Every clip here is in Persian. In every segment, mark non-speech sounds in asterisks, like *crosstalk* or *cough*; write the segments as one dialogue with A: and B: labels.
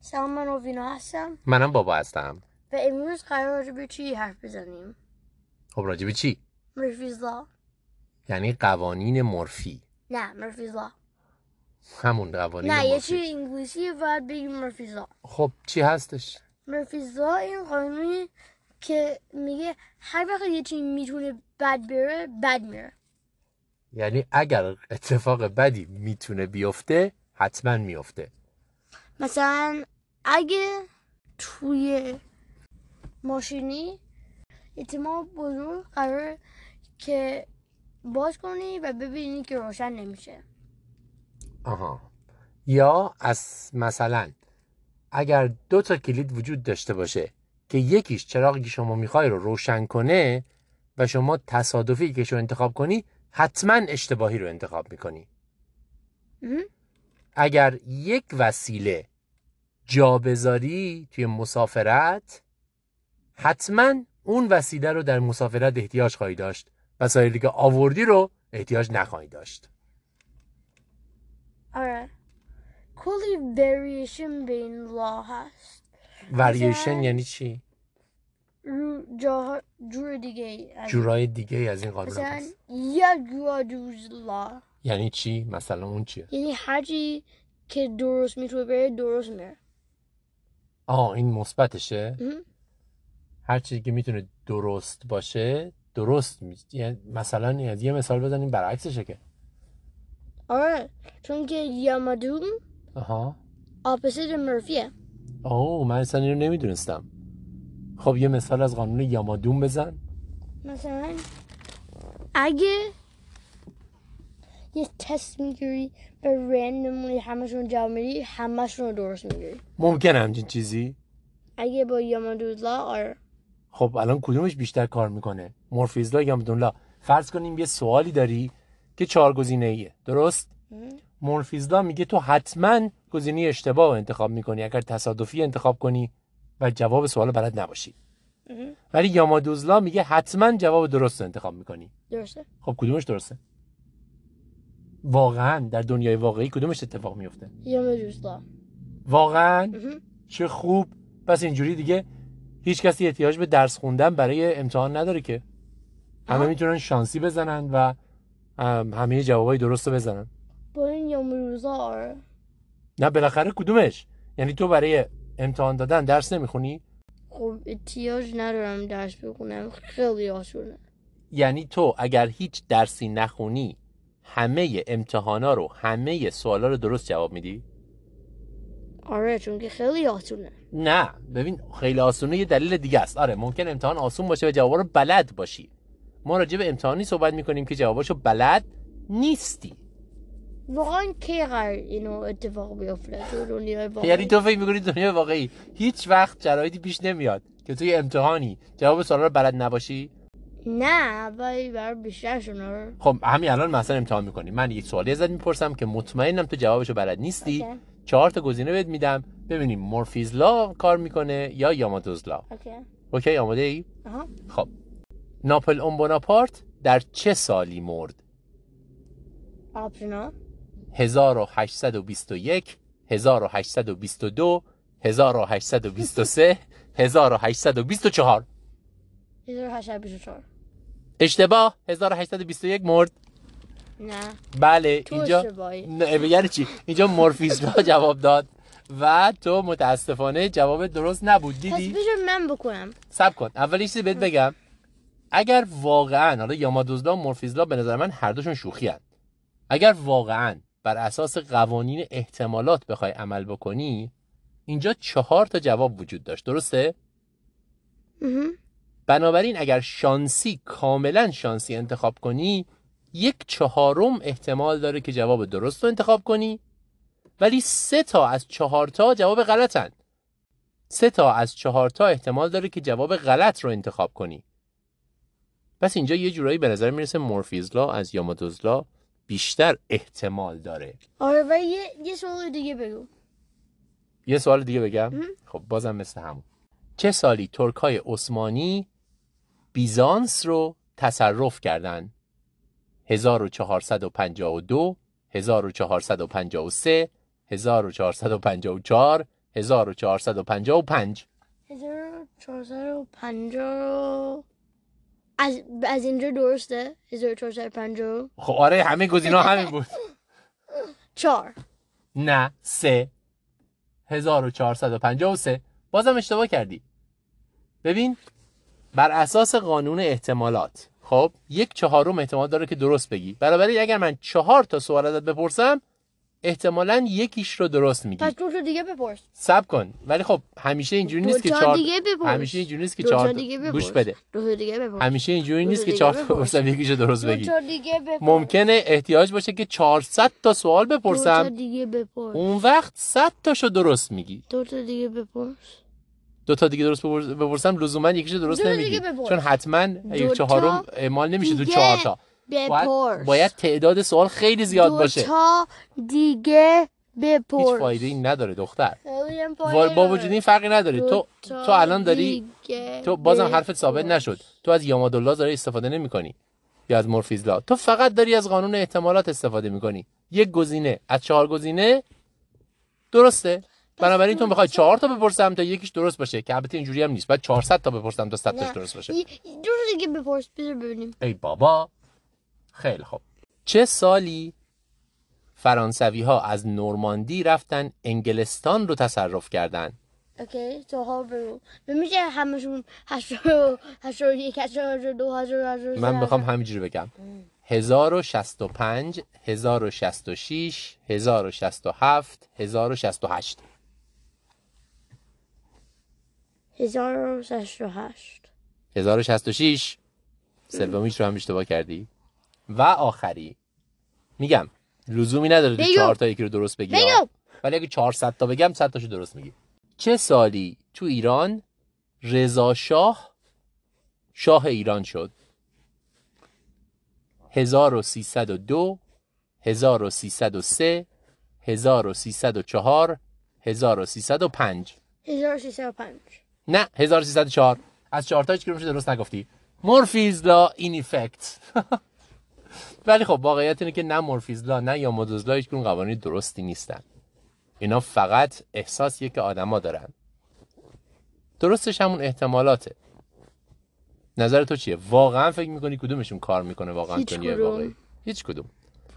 A: سلام من اوینا هستم
B: منم بابا هستم
A: و امروز قرار راجع به چی حرف بزنیم
B: خب راجب چی
A: مرفیز لا
B: یعنی قوانین مورفی
A: نه مرفیز لا
B: همون قوانین
A: نه یه
B: مورفی
A: چی انگلیسی باید بگیم مرفیز لا
B: خب چی هستش
A: مرفیز لا این قانونی که میگه هر وقت یه چی میتونه بد بره بد میره
B: یعنی اگر اتفاق بدی میتونه بیفته حتما میفته
A: مثلا اگه توی ماشینی اجتماع بزرگ قرار که باز کنی و ببینی که روشن نمیشه
B: آها یا از مثلا اگر دو تا کلید وجود داشته باشه که یکیش چراغی که شما میخوای رو روشن کنه و شما تصادفی یکیش رو انتخاب کنی حتما اشتباهی رو انتخاب میکنی
A: م؟
B: اگر یک وسیله جابزاری توی مسافرت حتما اون وسیله رو در مسافرت احتیاج خواهی داشت وسایلی که آوردی رو احتیاج نخواهی داشت
A: آره کلی وریشن به این لا هست
B: وریشن
A: مثلا-
B: یعنی چی؟
A: رو جاها جور دیگه از-
B: جورای دیگه از این قانون
A: مثلا
B: هست
A: یه جور دوز لا
B: یعنی چی؟ مثلا اون چیه؟
A: یعنی هرچی که درست میتونه بره درست میره
B: آه این مثبتشه
A: مهم.
B: هر چیزی که میتونه درست باشه درست می... یعنی مثلا از یه مثال بزنیم برعکسشه که
A: آره چون که یامادوم
B: آها
A: اپوزیت مرفیه
B: اوه من اصلا این رو نمیدونستم خب یه مثال از قانون یامادون بزن
A: مثلا اگه یه تست میگیری به رندملی همشون جواب میدی همشون رو درست میگیری
B: ممکن همچین چیزی
A: اگه با یامادولا آره
B: خب الان کدومش بیشتر کار میکنه مورفیز لا یا لا فرض کنیم یه سوالی داری که چهار گزینه ایه درست مورفیز لا میگه تو حتما گزینه اشتباه رو انتخاب میکنی اگر تصادفی انتخاب کنی و جواب سوال رو بلد نباشی ولی یامادوزلا میگه حتما جواب درست رو انتخاب میکنی
A: درسته
B: خب کدومش درسته واقعا در دنیای واقعی کدومش اتفاق میفته
A: یامادولا
B: واقعا
A: مهم.
B: چه خوب پس اینجوری دیگه هیچ کسی احتیاج به درس خوندن برای امتحان نداره که همه
A: آه.
B: میتونن شانسی بزنن و ام، همه جوابای درست رو بزنن
A: با این یامادولا آره
B: نه بالاخره کدومش یعنی تو برای امتحان دادن درس نمیخونی
A: خب احتیاج ندارم درس بخونم خیلی آسونه
B: یعنی تو اگر هیچ درسی نخونی همه امتحانا رو همه سوالا رو درست جواب میدی
A: آره چون که خیلی آسونه
B: نه ببین خیلی آسونه یه دلیل دیگه است آره ممکن امتحان آسون باشه و جوابا رو بلد باشی ما راجع به امتحانی صحبت میکنیم که جواباشو بلد نیستی
A: واقعا کی قرار اینو اتفاق بیفته تو دنیای واقعی
B: یعنی تو فکر میکنی دنیا واقعی هیچ وقت شرایطی پیش نمیاد که توی امتحانی جواب سوالا رو بلد نباشی
A: نه ولی برای بیشترشون آره
B: خب همین الان مثلا امتحان میکنی من یک سوالی ازت میپرسم که مطمئنم تو جوابشو بلد نیستی
A: اوکی.
B: چهار تا گزینه بهت میدم ببینیم مورفیز لا کار میکنه یا یامادوز لا
A: اوکی
B: اوکی آماده ای
A: آها
B: خب ناپل اون بوناپارت در چه سالی مرد
A: آپشنال
B: 1821 1822 1823 1824
A: 1824
B: اشتباه 1821 مرد
A: نه
B: بله
A: تو
B: اینجا
A: اشتباهی.
B: نه یعنی چی
A: *laughs*
B: اینجا مورفیزلا جواب داد و تو متاسفانه جواب درست نبود
A: پس
B: دیدی
A: بذار من بکنم
B: سب کن اول یه چیزی بهت بگم اگر واقعا حالا یامادوزلا و مورفیزلا به نظر من هر دوشون شوخی هن. اگر واقعا بر اساس قوانین احتمالات بخوای عمل بکنی اینجا چهار تا جواب وجود داشت درسته
A: مهم.
B: بنابراین اگر شانسی کاملا شانسی انتخاب کنی یک چهارم احتمال داره که جواب درست رو انتخاب کنی ولی سه تا از چهار تا جواب غلطن سه تا از چهار تا احتمال داره که جواب غلط رو انتخاب کنی پس اینجا یه جورایی به نظر میرسه مورفیزلا از یامادوزلا بیشتر احتمال داره
A: آره ولی یه, یه سوال دیگه بگو
B: یه سوال دیگه بگم خب بازم مثل همون چه سالی ترک های عثمانی بیزانس رو تصرف کردند 1452 1453 1454 1455
A: 1450 از از اینجا درسته 1450
B: خب آره همه گزینا همین بود
A: چار
B: نه سه 1453 بازم اشتباه کردی ببین بر اساس قانون احتمالات خب یک چهارم احتمال داره که درست بگی بنابراین اگر من چهار تا سوال ازت بپرسم احتمالا یکیش رو درست میگی
A: پس دو تا دیگه بپرس
B: سب کن ولی خب همیشه اینجوری
A: دو
B: نیست که
A: تا
B: چهار
A: دیگه بپرس.
B: همیشه اینجوری نیست که
A: دو تا
B: چهار
A: دیگه بپرس.
B: گوش بده
A: دو تا دیگه بپرس
B: همیشه اینجوری
A: دو
B: نیست که
A: دیگه
B: چهار تا
A: بپرس.
B: بپرسم یکیش رو درست
A: دو
B: بگی
A: تا دیگه بپرس
B: ممکنه احتیاج باشه که 400 تا سوال
A: دو تا
B: بپرسم
A: دیگه بپرس
B: اون وقت 100 تاشو درست میگی
A: دو تا دیگه بپرس
B: دو تا دیگه درست بپرس- بپرسم لزوما یکیشو درست
A: دو تا
B: نمیگی
A: دیگه بپرس.
B: چون حتما یک
A: تا
B: چهارم اعمال نمیشه تو
A: دیگه
B: چهار تا باید,
A: بپرس
B: باید تعداد سوال خیلی زیاد باشه
A: دو تا دیگه بپرس
B: هیچ فایده ای نداره دختر
A: خیلی هم
B: با
A: فایده
B: با وجود این فرقی نداره
A: نداره.
B: تو
A: دو
B: تو
A: تا
B: الان داری
A: دیگه
B: تو بازم حرفت
A: بپرس.
B: ثابت نشد تو از یامادولا داری استفاده نمیکنی یا از مورفیزلا تو فقط داری از قانون احتمالات استفاده میکنی یک گزینه از چهار گزینه درسته بنابراین تو میخوای چهار تا بپرسم تا یکیش درست باشه که البته اینجوری هم نیست بعد 400 تا بپرسم تا 100 تاش
A: نه.
B: درست باشه
A: ی- دو تا دیگه بپرس بذار ببینیم
B: ای بابا خیلی خوب چه سالی فرانسوی ها از نورماندی رفتن انگلستان رو تصرف کردن
A: اوکی تو ها برو نمیشه همشون هشت و هشت و یک هشت و هشت و دو هشت و هشت و سه،
B: من میخوام
A: هشت
B: همینجوری بگم 1065 1066 1067 1068
A: و- هزار و شصت و هشت
B: 1066 سومیش رو هم اشتباه کردی و آخری میگم لزومی نداره تو
A: بگو.
B: چهار تا یکی رو درست بگی
A: بگو.
B: ها. ولی اگه 400 تا بگم 100 تاشو درست میگی چه سالی تو ایران رضا شاه شاه ایران شد 1302 1303 1304 1305
A: هزار و سیصد و پنج
B: نه 1304 از چهار تا هیچ کدومش درست نگفتی مورفیز لا این افکت *laughs* ولی خب واقعیت اینه که نه مورفیز لا نه یا مدوز لا هیچ کدوم قوانین درستی نیستن اینا فقط احساسیه که آدما دارن درستش همون احتمالاته نظر تو چیه واقعا فکر میکنی کدومشون کار میکنه واقعا
A: هیچ
B: دنیای
A: کدوم.
B: واقعی هیچ کدوم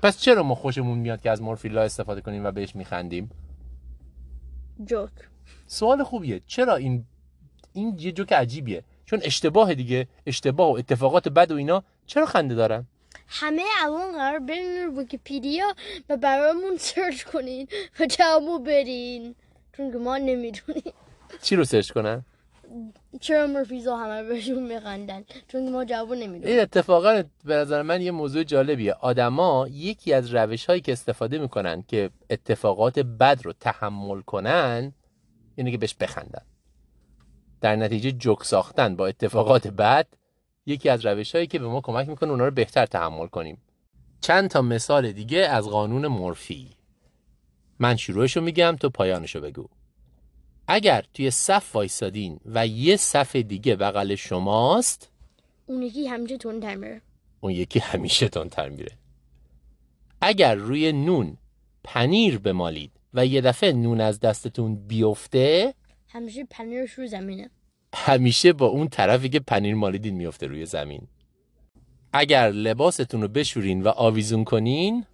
B: پس چرا ما خوشمون میاد که از مورفیلا استفاده کنیم و بهش میخندیم
A: جوک
B: سوال خوبیه چرا این این یه جوک عجیبیه چون اشتباه دیگه اشتباه و اتفاقات بد و اینا چرا خنده دارن
A: همه الان قرار برین رو ویکیپیدیا و برامون سرچ کنین و جوابو برین چون که ما نمیدونیم
B: چی رو سرچ کنن
A: چرا مرفیزا همه بهشون میخندن چون که ما جوابو نمیدونیم
B: این اتفاقا به نظر من یه موضوع جالبیه آدما یکی از روش هایی که استفاده میکنن که اتفاقات بد رو تحمل کنن اینه که بهش بخندن در نتیجه جوک ساختن با اتفاقات بد یکی از روش هایی که به ما کمک میکنه اونا رو بهتر تحمل کنیم چند تا مثال دیگه از قانون مورفی من شروعشو میگم تو پایانشو بگو اگر توی صف وایسادین و یه صف دیگه بغل شماست
A: اون یکی همیشه تندتر میره
B: اون یکی همیشه تندتر میره اگر روی نون پنیر بمالید و یه دفعه نون از دستتون بیفته
A: همیشه پنیرش رو زمینه
B: همیشه با اون طرفی که پنیر مالیدین میفته روی زمین اگر لباستون رو بشورین و آویزون کنین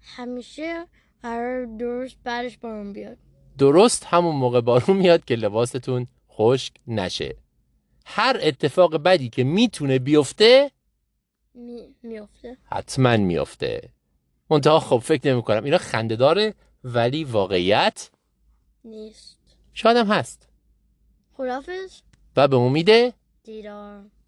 A: همیشه قرار درست بعدش بارون بیاد
B: درست همون موقع بارون میاد که لباستون خشک نشه هر اتفاق بدی که میتونه بیفته
A: می... میفته
B: حتما میفته منتها خب فکر نمی کنم اینا خنده داره ولی واقعیت
A: نیست
B: شاید هم هست
A: خدافز
B: و به امید
A: دیدار